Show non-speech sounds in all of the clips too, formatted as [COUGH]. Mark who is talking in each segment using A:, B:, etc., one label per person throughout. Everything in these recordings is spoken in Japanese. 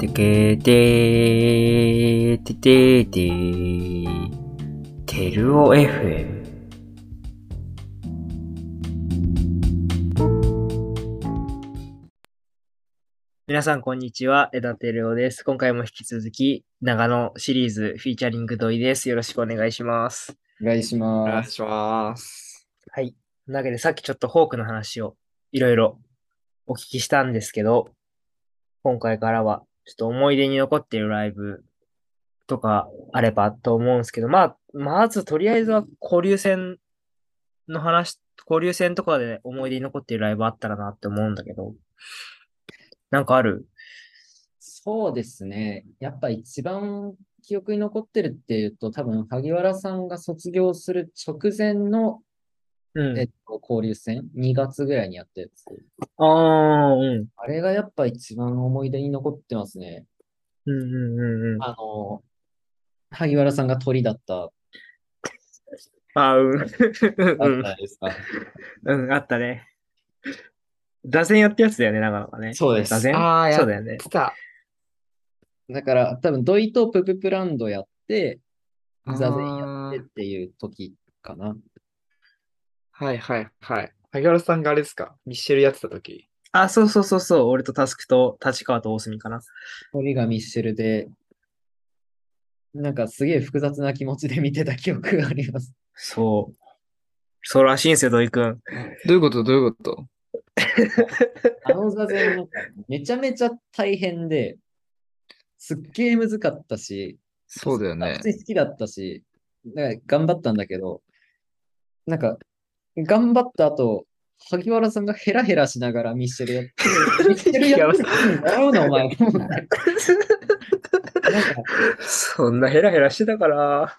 A: てけてーてててーてるお FM
B: 皆さん、こんにちは。枝照夫です。今回も引き続き、長野シリーズフィーチャリング土井です。よろしくお願いします。
C: お願いし
A: お願
C: ま
A: い
C: す。
A: します。
B: はい。なわけで、さっきちょっとフォークの話をいろいろお聞きしたんですけど、今回からは、ちょっと思い出に残っているライブとかあればと思うんですけど、まあ、まずとりあえずは交流戦の話、交流戦とかで思い出に残っているライブあったらなって思うんだけど、なんかある
C: そうですね。やっぱ一番記憶に残ってるっていうと、多分萩原さんが卒業する直前の、
B: うん
C: えっと、交流戦、2月ぐらいにやったやつ。
B: ああ、うん。
C: あれがやっぱ一番思い出に残ってますね。
B: うんうんうんうん。
C: あの、萩原さんが鳥だった、
B: あ、うん。う
C: あっ
B: ん
C: たですか。
B: うん、あったね。打線やってやつだよね、長野がね。
C: そうで
B: 打線
A: あーやっ
B: そうだよね。
A: 来た。
C: だから、多分ドイとプププランドやって、座禅や
A: あ
C: って
A: ー
C: っていう時かな。
A: はいはいはい。萩原さんがあれですかミッシェルやってた時。
B: あ、そうそうそうそう。俺とタスクと立川と大隅かな。
C: 鳥がミッシェルで、なんかすげえ複雑な気持ちで見てた記憶があります。
B: そう。そうらしいんですよ、土井くん。
A: どういうことどういうこと
C: あの座禅なんかめちゃめちゃ大変で、すっげえむずかったし、
A: そうだよね
C: 普。通に好きだったし、だから頑張ったんだけど、なんか、頑張った後、萩原さんがヘラヘラしながらミッシェルやって、ミッシェルやって
A: [LAUGHS]
C: やろうな、お前。と思ってなんか、
B: [LAUGHS] そんなヘラヘラしてたから。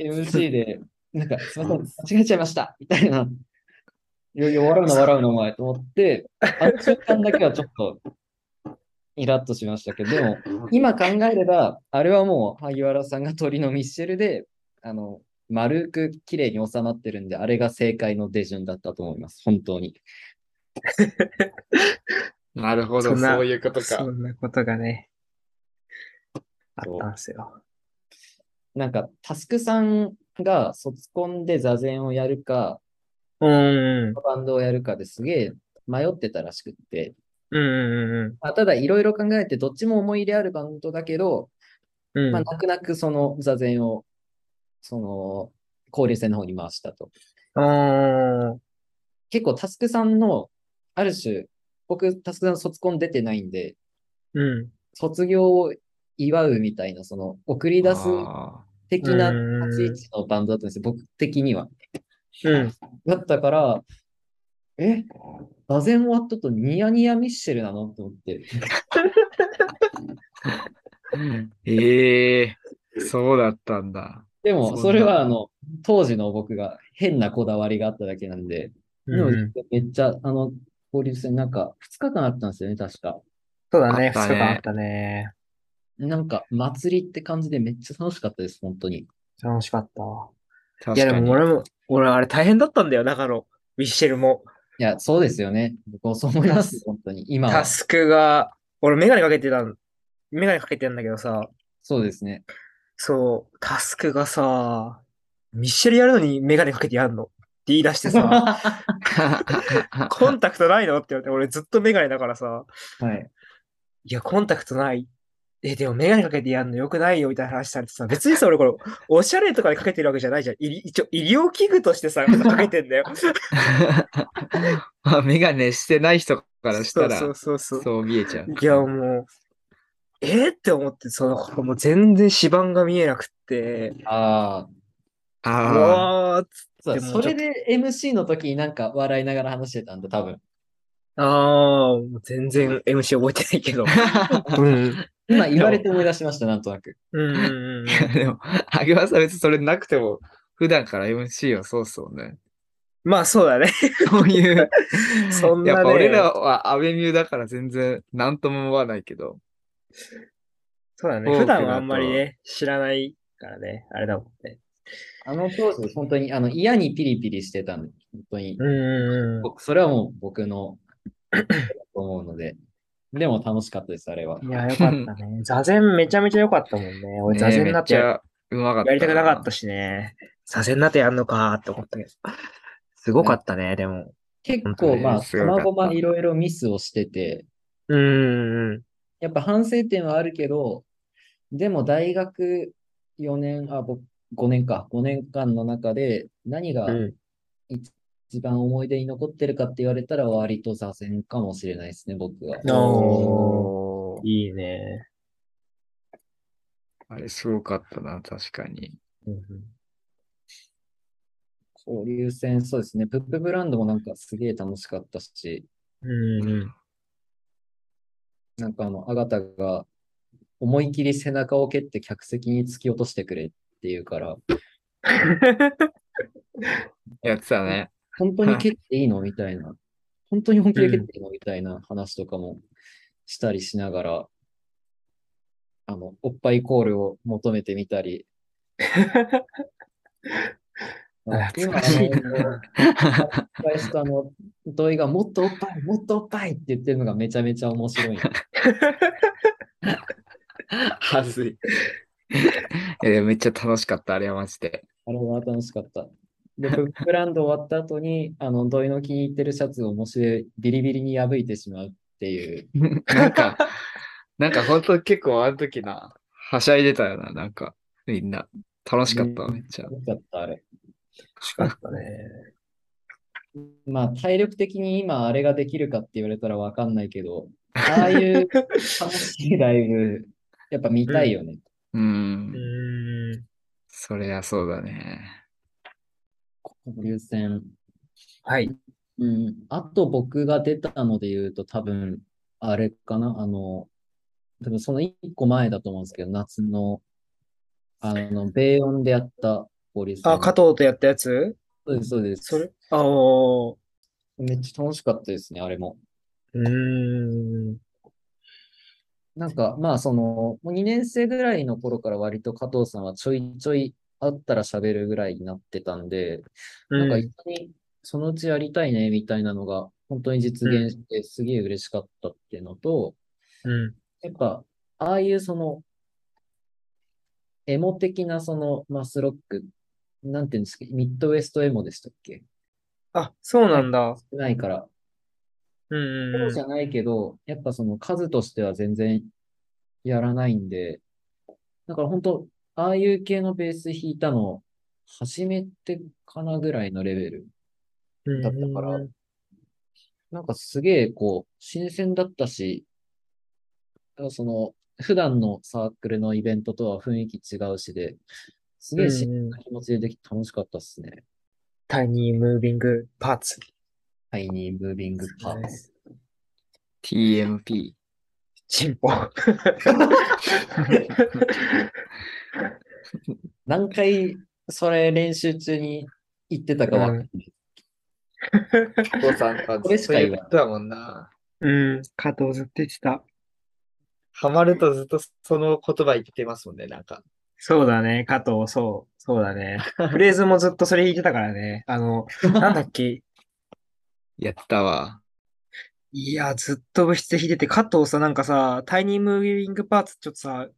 C: MC で、なんか、すみません、間違えちゃいましたみたいな。いよいよ笑うな、笑うな、お前と思って、あの瞬間だけはちょっと、イラッとしましたけど、でも、今考えれば、あれはもう、萩原さんが鳥のミッシェルで、あの、丸く綺麗に収まってるんで、あれが正解の手順だったと思います、本当に。
A: なるほ
B: そ
A: ど、
B: んな
A: そういうことか
B: そ。んなことがね、あったんですよ。
C: なんか、タスクさんが卒コンで座禅をやるか、
B: うんうん
C: バンドをやるかですげえ迷ってたらしくって、
B: うんうん
C: まあ、ただいろいろ考えてどっちも思い入れあるバンドだけど、
B: うんうん。
C: まあ、泣く泣くその座禅をその交流戦の方に回したと。
B: うん。うん。
C: 結構タスクさんのある種僕タスクさん卒コン出てないんで
B: うん。
C: 卒業を祝うみたいなその送り出す
A: あ
C: 的な
B: うん
C: 立ち位置のバンドだったんですよ僕的には。
B: うん。
C: だったからえ座禅終わったとニヤニヤミッシェルなのと思って。
A: ー [LAUGHS] ええそうだったんだ。
C: で
A: そん
C: も、
A: な
C: それはあの、当時の僕が変なこだわりがあっただけなんで、でも
B: うん
C: めっちゃ、あの、交流戦なんか2日間あったんですよね、確か。
B: そうだね、
A: あ
B: 2
A: った
B: 日
A: ね
B: 間あったね。
C: なんか、祭りって感じでめっちゃ楽しかったです、本当に。
B: 楽しかったわ。
A: 確
B: いやで
A: かに
B: も。俺も、俺あれ大変だったんだよ、中野。ミッシェルも。
C: いや、そうですよね。僕もそう思います、本当に。今は
B: タ。スクが、俺メガネかけてたん、メガネかけてんだけどさ、
C: そうですね。
B: そう、タスクがさ、ミッシェルやるのにメガネかけてやんのって言い出し
A: [LAUGHS]
B: てさ、
C: は
B: コンタクトないのって言われて、俺ずっとメガネだからさ、
C: い。
B: いや、コンタクトない。え、でもメガネかけてやんのよくないよみたいな話されてさ、別にさ、俺これ、おしゃれとかでかけてるわけじゃないじゃん。いり一応、医療器具としてさ、かけてんだよ。
A: [LAUGHS] まあ、メガネしてない人からしたら、
B: そうそうそうそう。
A: そう見えちゃう。
B: いや、もう、えーって思って、その、もう全然指板が見えなくって、
C: ああ。
B: う
A: ああ、
B: わーっつ
C: そう
B: で
C: だ
B: も
C: それで MC の時になんか笑いながら話してたんだ、多分。
B: あー、もう全然 MC 覚えてないけど。 [LAUGHS] うん。
C: 今言われて思い出しました、なんとなく。
B: うんうんうん。
A: [LAUGHS] でも、萩原さん別にそれなくても、普段から MC はそうそうね。
B: まあ、そうだね。
A: そういう、
B: そんなね
A: やっぱ俺らはアベミューだから全然何とも思わないけど、
B: そうだ
A: フォークだと
B: ね。普段はあんまりね、知らないからね、あれだもんね。
C: あの当時、本当にあの嫌にピリピリしてたんで、本当に。
B: うんうんうん。
C: 僕それはもう僕のだと思うので、でも楽しかったです、あれは。
B: いや、よかったね。座禅めちゃめちゃ良かったもんね。俺、座禅になって
D: めっちゃうまかった。
B: やりたくなかった。しね。座禅になってやんのかーって思ったけど。すごかったね、でも。
C: 結
D: 本当
C: 構、
D: ね
C: まあ、
D: す
C: 細
D: ごかった
C: 々いろいろミスをしてて、
B: うーん。
C: やっぱ反省点はあるけど、でも大学4年、あ、僕、5年か、5年間の中で何が
B: うん
C: 一番思い出に残ってるかって言われたら割と座禅かもしれないですね、僕は。
B: あ
D: おー
B: いいね。
D: あれすごかったな、確かに。
C: 交流戦、そうですね。プップブランドもなんかすげえ楽しかったし、
B: うん [LAUGHS] うん。
C: なんかあの、アガタが思い切り背中を蹴って客席に突き落としてくれっていうから、
D: やってたね。
C: 本当に蹴っていいのみたいな。本当に本気で蹴っていいのみたいな話とかもしたりしながら、あの、おっぱいコールを求めてみたり。
D: 懐かしい
C: 今あの失敗したあの、土井がもっとおっぱい、もっとおっぱいって言ってるのがめちゃめちゃ面白いな。
D: は [LAUGHS] ずい。えめっちゃ楽しかった、あれはマジで。
C: あれは楽しかった。で、ブックブランド終わった後に、あの、土井の気に入ってるシャツを面白い、ビリビリに破いてしまうっていう。
D: なんか、
B: [LAUGHS]
D: なんか本当結構あの時な、はしゃいでたよな、なんか、みんな。楽しかったわ、めっちゃ。
C: よかった、あれ。
B: 楽しかったね。
C: まあ、体力的に今、あれができるかって言われたらわかんないけど、ああいう楽しいライブ、やっぱ見たいよね。
D: う
B: う。
D: ん
B: ーん。
D: そりゃそうだね。
C: 交流戦。
B: はい。
C: うん。あと僕が出たので言うと、多分、あれかな、あの、多分その一個前だと思うんですけど、夏の、あの、米音でやった交流戦。
B: あ、加藤とやったやつ
C: そうです、そうです。
B: それあおー。
C: めっちゃ楽しかったですね、あれも。
B: うーん。
C: なんか、まあ、その、もう2年生ぐらいの頃から割と加藤さんはちょいちょい会ったら喋るぐらいになってたんで、なんか
B: う
C: 一緒にそのうちやりたいね、みたいなのが本当に実現してすげえ嬉しかったっていうのと、
B: うん。
C: やっぱ、ああいうその、エモ的なそのマスロック、なんていうんですか、ミッドウェストエモでしたっけ
B: あ、そうなんだ。
C: ないから、
B: うんうん
C: そ
B: うん
C: うじ。ゃないけど、やっぱその数としては全然やらないんで、だから本当、ああいう系のベース弾いたの、初めてかなぐらいのレベルだったから、
B: うん
C: なんかすげえこう、新鮮だったし、なんかその、普段のサークルのイベントとは雰囲気違うしで、すげえ新鮮な気持ちでできて楽しかったっすね。
B: タイニームービングパーツ。
C: タイニームービングパーツ。
D: TMP。
B: チン [LAUGHS] ポ。
C: 何回それ練習中に言ってたかわかんない。
B: [LAUGHS]
D: 加藤さんは
C: これしか言わない
D: だもんな。
B: うん。加藤ずっと言ってた。
D: ハマるとずっとその言葉言ってますもんね、なんか。
B: そうだね、加藤、そう、そうだね。フレーズもずっとそれ弾いてたからね。あの、なんだっけ。
D: やったわ。
B: いや、ずっと部室で弾いてて、加藤さ、なんかさ、タイニームービングパーツちょっとさ、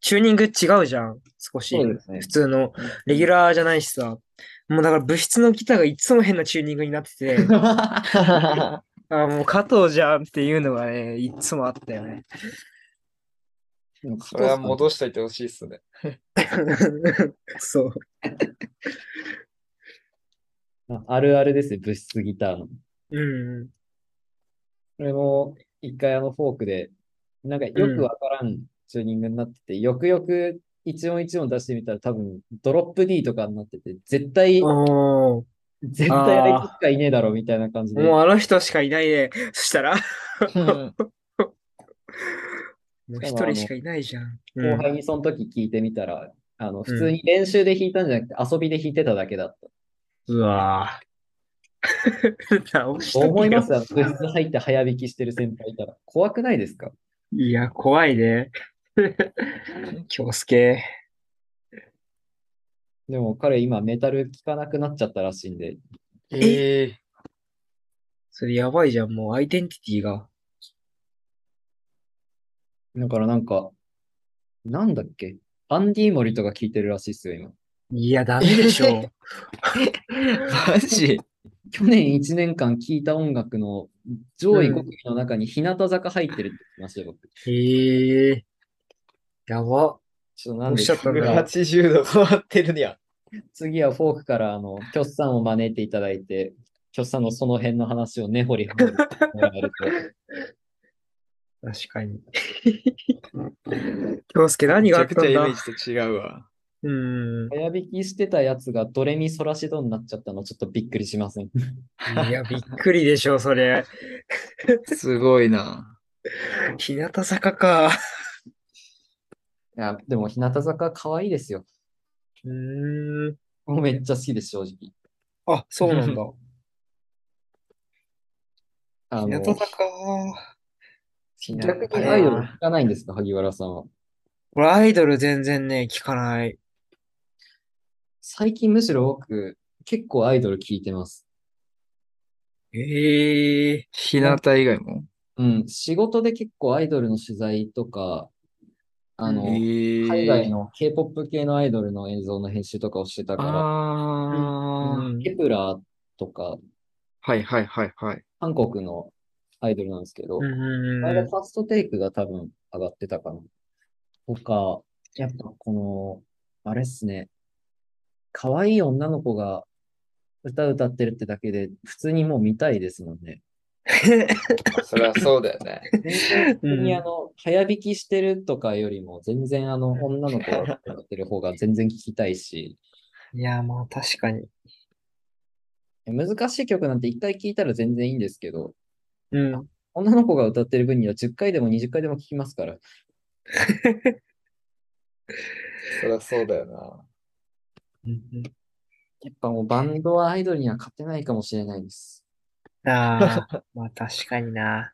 B: チューニング違うじゃん、少し。
C: すね
B: 普通のレギュラーじゃないしさ。もうだから部室のギターがいつも変なチューニングになって
C: [LAUGHS]
B: て、あもう加藤じゃんっていうのがね、いつもあったよ
C: [LAUGHS]
B: ね。
C: でも加
D: そ
C: 藤
D: れ
C: さ
D: は
C: ん
D: 戻しといてほしいっすね。
B: そう。
C: ああるあるですね、物質ギターの。
B: うんうん。
C: これも、一回あのフォークで、なんかよくわからんチューニングになってて、よくよく一音一音出してみたら多分、ドロップ D とかになってて、絶対、
B: おー
C: 絶対あれしかいねえだろみたいな感じで、
B: もうあの人しかいないね。そした
C: [LAUGHS]
B: ら、もう一
C: しかもあの
B: 人しかいないじゃん。
C: 後輩にその時聞いてみたら、あの、普通に練習で弾いたんじゃなくて、遊びで弾いてただけだっ。
B: うわぁ。 [LAUGHS] 直したとけよ
C: 思い
B: [LAUGHS]
C: ますよ、部室入って早弾きしてる先輩いたら。怖くないですか
B: いや、怖いね。京介。
C: でも彼今メタル聴かなくなっちゃったらしいんで、
D: ええ
B: それやばいじゃん、もうアイデンティティが。
C: だからなんか、なんだっけアンディーモリとか聞いてるらしいっすよ、今。
B: いや、ダメで
D: [LAUGHS]
B: しょ。
D: マジ
C: 去年1年間聴いた音楽の上位5組の中に日向坂入ってるって言ってましたよ、僕。
B: へえ。やば。
C: ちょっとなんで
B: おっしゃったんだ
D: 180度変わってるやん。
C: 次はフォークからあの、キョッさんを招いていただいて、キョッさんのその辺の話を根掘り葉掘りしてもらえる
B: 確かに。京介何
D: めち
B: があっ
D: ゃく
B: た
D: ちゃ
B: ん
D: イメ
B: だ
D: ージと違うわ。
B: うーん
C: と、。 [LAUGHS] 早引きしてたやつがドレミソラシドになっちゃったの、ちょっとびっくりしません。
B: いや、びっくりでしょ、それ。
D: すごいな。
B: 日向坂か。
C: いや、でも日向坂可愛いですよ。
B: うーん。
C: もうめっちゃ好きです、正直。
B: あ、そうなんだ。
C: あ
B: 日
C: の、
B: 向坂。
C: 逆
B: 逆
C: に
B: に
C: アイドル聞かないんですか、萩原さんは。
B: 俺、アイドル全然ね、聞かない。
C: 最近むしろ僕、結構アイドル聞いてます。
B: ええ
D: 日向以外も
C: うん、仕事で結構アイドルの取材とか、あの、海
D: 海
C: 外の K-POP 系のアイドルの映像の編集とかをしてたか
D: あー、
B: うん
C: ら、ケプラーとか、
D: はいはいはいはい。
C: 韓国のアイドルなんですけど、
B: う
C: あ
B: ん
C: れがファーストテイクが多分上がってたかな。とか、やっぱこの、あれっすね。可愛い女の子が歌歌ってるってだけで、普通にもう見たいですもんね。
D: そりゃそうだよ [LAUGHS] ね。
C: 普通に
B: うん
C: あの、早弾きしてるとかよりも、全然あの、女の子が歌ってる方が全然聞きたいし、
B: いや、まあ確かに。
C: 難しい曲なんて一回聴いたら全然いいんですけど、
B: うん。
C: 女の子が歌ってる分には10回でも20回でも聴きますから。
D: そりゃそうだよな。
C: やっぱもうバンドはアイドルには勝てないかもしれないです。
B: ああ、まあ確かにな。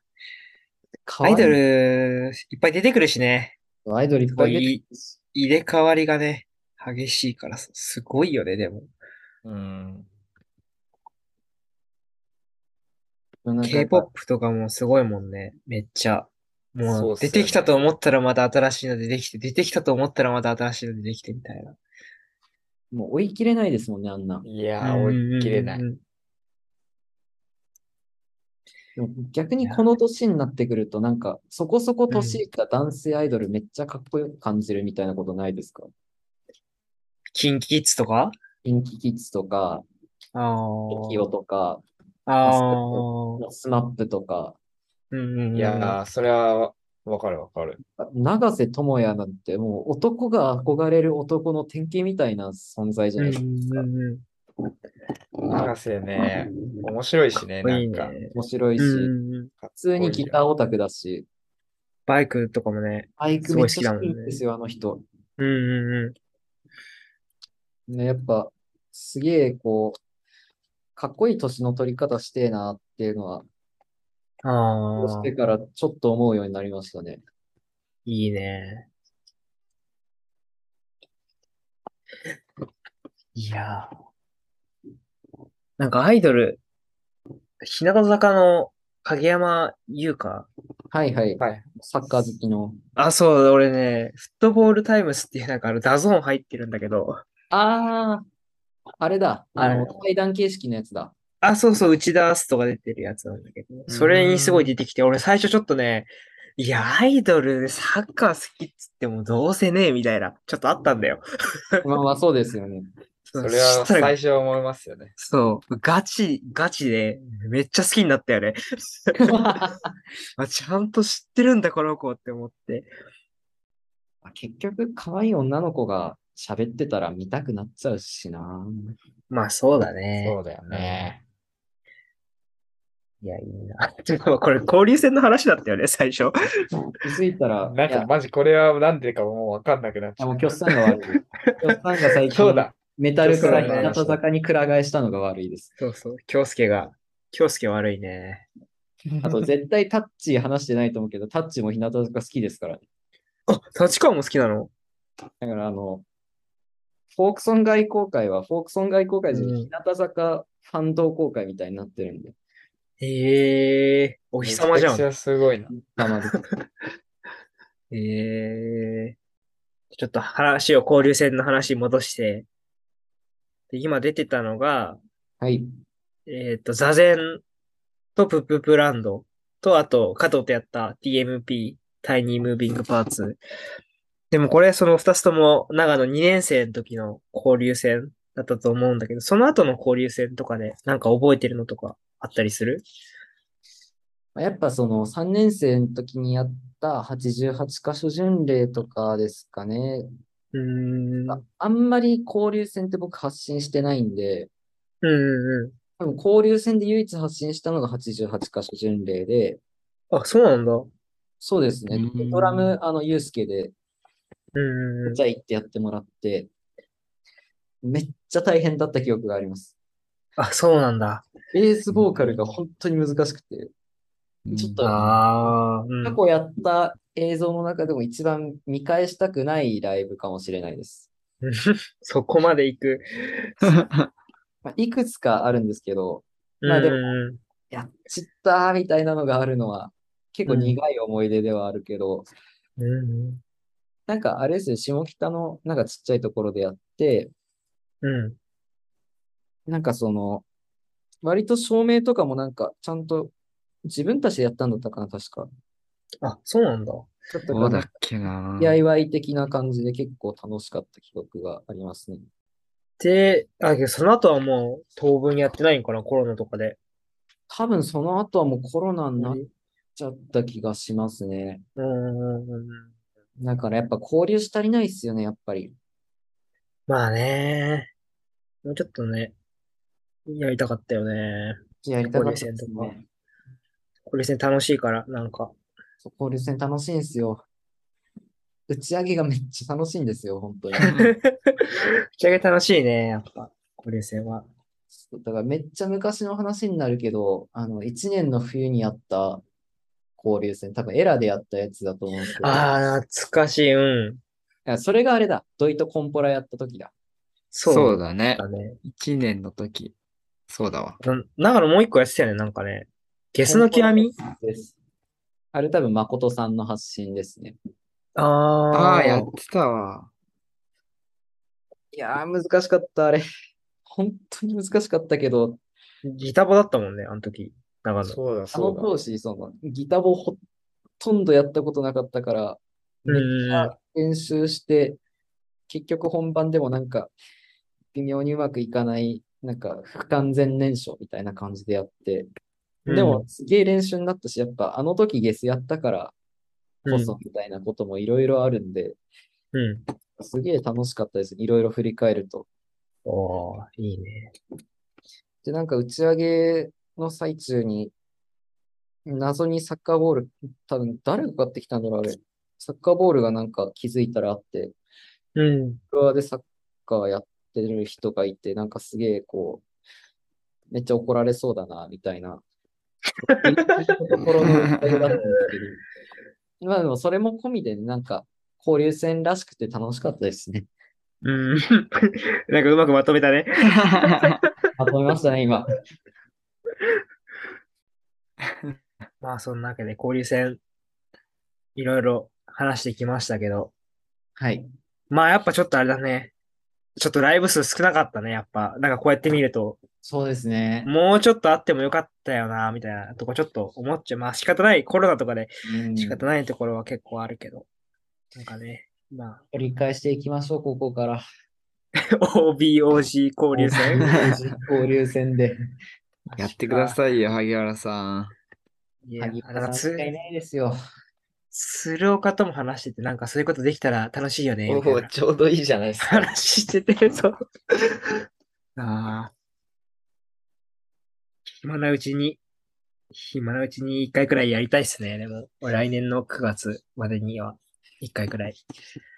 C: 可
B: ア
C: 愛い
B: イドル、いっぱい出てくるしね。
C: アイドルいっぱい出てくるし
B: 入れ替わりがね、激しいからさ、すごいよね、でも。
D: うん。
C: なんかやっぱ
B: K-POP とかもすごいもんね、めっちゃ。
D: そう
B: も
D: っ
B: う、
D: すよ
B: 出
D: ね
B: てきたと思ったらまた新しいのでできて、出てきたと思ったらまた新しいのでできてみたいな。
C: もう追い切れないですもんね、あんな。
D: いやー、追い切れない
B: うん。うんうん
C: でも逆にこの年になってくると、なんかそこそこ年いった男性アイドルめっちゃかっこよく感じるみたいなことないですか
B: キンキッズとか
C: インキキッズとか、
B: ああ。
C: トキオとか、
B: ああ。
C: スマップとか、
B: うんうんうん。
D: いやー、そりゃわかるわかる。
C: 長瀬智也なんてもう男が憧れる男の典型みたいな存在じ
B: う
C: ゃ
B: ん
C: な
B: う
C: い
B: ん
C: ですか。
B: うん。
D: 博士ね、面白いしね、ない
B: い
D: ん
B: ね
D: か。。
C: 面白いし、
B: うんうんうん
D: 普
C: 普通にギターオタクだし、
B: バイクとかもね。
C: アイクめっちゃ好きなんですよ、あの人。
B: うんうんう
C: ね、やっぱ、すげえ、こう、かっこいい年の取り方してえなっていうのは、
B: ん。
C: こう
B: あ
C: し
B: あ
C: て。からちょっと思うようになりましたね。
B: いいね。いやー。なんかアイドル、日向坂の影山優香。
C: はいはい。
D: はい。
C: サッカー好きの。
B: あ、そう、俺ね、フットボールタイムスっていうなんかあのダゾーン入ってるんだけど。
C: ああ、あれだ。あ
B: あ
C: の、
B: れ
C: 対談形式のやつだ。
B: あ、そうそう、内田アストが出てるやつなんだけど、それにすごい出てきて、俺最初ちょっとね、いや、アイドルでサッカー好きっつってもどうせねえみたいな、ちょっとあったんだよ。
C: まあまあ、そうです [LAUGHS] よね。
D: そ
B: そ
D: れは
B: したら
D: 最初は思いますよね。
B: そう、ガチ、ガチで、めっちゃ好きになったよね。あ、ちゃんと知ってるんだ、この子って思って。
C: 結局、可愛い女の子が喋ってたら見たくなっちゃうしな。
B: まあ、そうだね。
D: そうだよね。
B: いや、いいな。 [LAUGHS] てか、これ、交流戦の話だったよね、最初。
C: 気づいたら、
D: なん
C: いや
D: か、マジこれはなんでかもうわかんなくなっち
C: あ
D: ゃ
C: もう、
D: う。
C: キョッサンが悪い。キョッサンが最近、
D: そうだ。
C: メタルから
B: キョッサン
C: 日
B: が
C: 向坂にくら替えしたのが悪いです。
B: そうそう、京介が、京介悪いね。
C: あと、絶対タッチ話してないと思うけど、タッチも日向坂好きですからね。
B: あ、立川も好きなの
C: だから、あの、フォークソング愛好会は、フォークソング愛好会じゃなくて、
B: うん
C: 日向坂ファン同好会みたいになってるんで、
B: ええお日様じゃ
D: め
B: ん
D: ち。ゃくちゃすごいな。
C: まあまあで
B: えええちょっと話を交流戦の話に戻して、で今出てたのが、
C: はい。
B: えっ、と、座禅とプッププランドと、あと、加藤とやった TMP、タイニームービングパーツ。でもこれ、その2つとも長野2年生の時の交流戦だったと思うんだけど、その後の交流戦とかで、なんか覚えてるのとかあったりする
C: まあやっぱその3年生の時にやった88箇所巡礼とかですかね。
B: うーん。
C: ああんまり交流戦って僕発信してないんで、
B: うんう
C: 多分交流戦で唯一発信したのが88箇所巡礼で、
B: ん。あ、そうなんだ。うん
C: そうですね。
D: うん
C: ドラム、あの、ユうスケで、
B: うんうん。
C: じゃあ行ってやってもらって、めっちゃ大変だった記憶があります。
B: あ、そうなんだ。
C: ベースボーカルが本当に難しくて、ちょっと
D: [LAUGHS]
B: ああ、うん
C: 過。去やった映像の中でも一番見返したくないライブかもしれないです。
B: [LAUGHS] そこまで行く。
C: まあ、いくつかあるんですけど、
B: う
C: まあ
B: ん
C: で
B: う
C: も
B: ん
C: やっちったーみたいなのがあるのは、結構苦い思い出ではあるけど、
B: うん。うん
C: なんかあれですね、下北のなんかちっちゃいところでやって、
B: うん。うん。
C: なんかその、割と照明とかもなんかちゃんと自分たちでやったんだったかな、確か。
B: あ、そうなんだ。
C: ちょっと
D: どうだっけな。
C: DIY 的な感じで結構楽しかった記憶がありますね。
B: で、あ、けどその後はもう当分やってないんかな、コロナとかで。
C: 多分その後はもうコロナ
B: う
C: に
B: ん
C: なっちゃった気がしますね。
B: うんうん。
C: だからやっぱ交流し足りないっすよね、やっぱり。
B: まあね。もうちょっとね、やりたかったよね。
C: やりたかったです
B: 交流
C: ね。
B: これ戦楽しいから、なんか。
C: そう交流戦楽しいんすよ。打ち上げがめっちゃ楽しいんですよ、本 [LAUGHS] 当に。
D: [LAUGHS]
B: 打ち上げ楽しいね、やっぱ。これ戦は。
C: そうだからめっちゃ昔の話になるけど、あの、1年の冬にやった交流戦、多分エラでやったやつだと思うんですけど、
B: ああ、懐かしい。うん。
C: あそれがあれだ、ドイとコンポラやった時だ。
B: そう
D: そうだね。
B: だね。
D: 一年の時。そうだわ。
B: な長野もう一個やってたよね、なんかね。ゲスの極み
C: です。あれ多分誠さんの発信ですね。
B: ああ
D: ああ、やってたわ。
C: いやー、難しかった、あれ。本当に難しかったけど、
B: ギタボだったもんね、あの時。長野。
D: そうだ、
C: あの当時、そのギターをほとんどやったことなかったから、めっちゃ練習して、結局本番でもなんか、微妙にうまくいかない、なんか不完全燃焼みたいな感じでやって、でも、すげえ練習になったし、やっぱあの時ゲスやったからこそみたいなこともいろいろあるんで、
B: うん。うん。
C: すげえ楽しかったです。いろいろ振り返ると。
B: おー、いいね。
C: で、なんか打ち上げの最中に、謎にサッカーボール、多分誰が買ってきたんだろう、あれ。サッカーボールがなんか気づいたらあって、
B: うん。
C: フロアでサッカーやってる人がいて、なんかすげえこう、めっちゃ怒られそうだな、みたい [LAUGHS] な。心の打ち上げだったんですけど。まあでもそれも込みで、なんか交流戦らしくて楽しかったですね。
B: うん。 [LAUGHS] なんかうまくまとめたね。
C: まとめましたね、今。
B: まあ、そんなわけで交流戦、いろいろ話してきましたけど、
C: はい。
B: まあ、やっぱちょっとあれだね。ちょっとライブ数少なかったね、やっぱ。なんかこうやって見ると、
C: そうですね。
B: もうちょっとあってもよかったよな、みたいなとこちょっと思っちゃう。まあ、仕方ない。コロナとかで
C: うん
B: 仕方ないところは結構あるけど。なんかね、まあ、 [LAUGHS]
C: 折り返していきましょう、ここから。
B: OBOG 交流戦。
C: 交流戦で。
D: やってくださいよ、萩原さん。
B: いや、
C: 萩
B: なん
C: 原
B: か
C: さんし
B: つ
C: かい、ないですよ。
B: 鶴岡とも話してて、なんかそういうことできたら楽しいよね、みたいな
C: ちょうどいいじゃないですか。
B: 話してて、
D: [LAUGHS]
B: そう。ああ。暇なうちに、暇なうちに一回くらいやりたいっすね。でも、来年の9月までには一回くらい。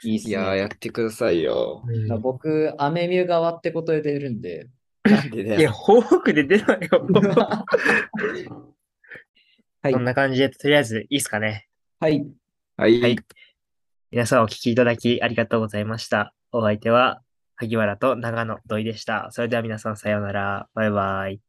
C: いいっす
D: いやー、
C: ね。
D: やってくださいよ。
C: 僕、アメミュ側ってことで出るん
B: [LAUGHS]
C: で。
D: なんでだ
B: いや、
D: よ。
B: 報告で出ない
D: [LAUGHS]
B: よ。 [LAUGHS]
C: はい
B: そんな感じで、とりあえずいいっすかね。
C: はい。
D: はい。
B: はい皆さんお聞きいただきありがとうございました。お相手は、萩原と長野土井でした。それでは皆さんさようなら。バイバイ。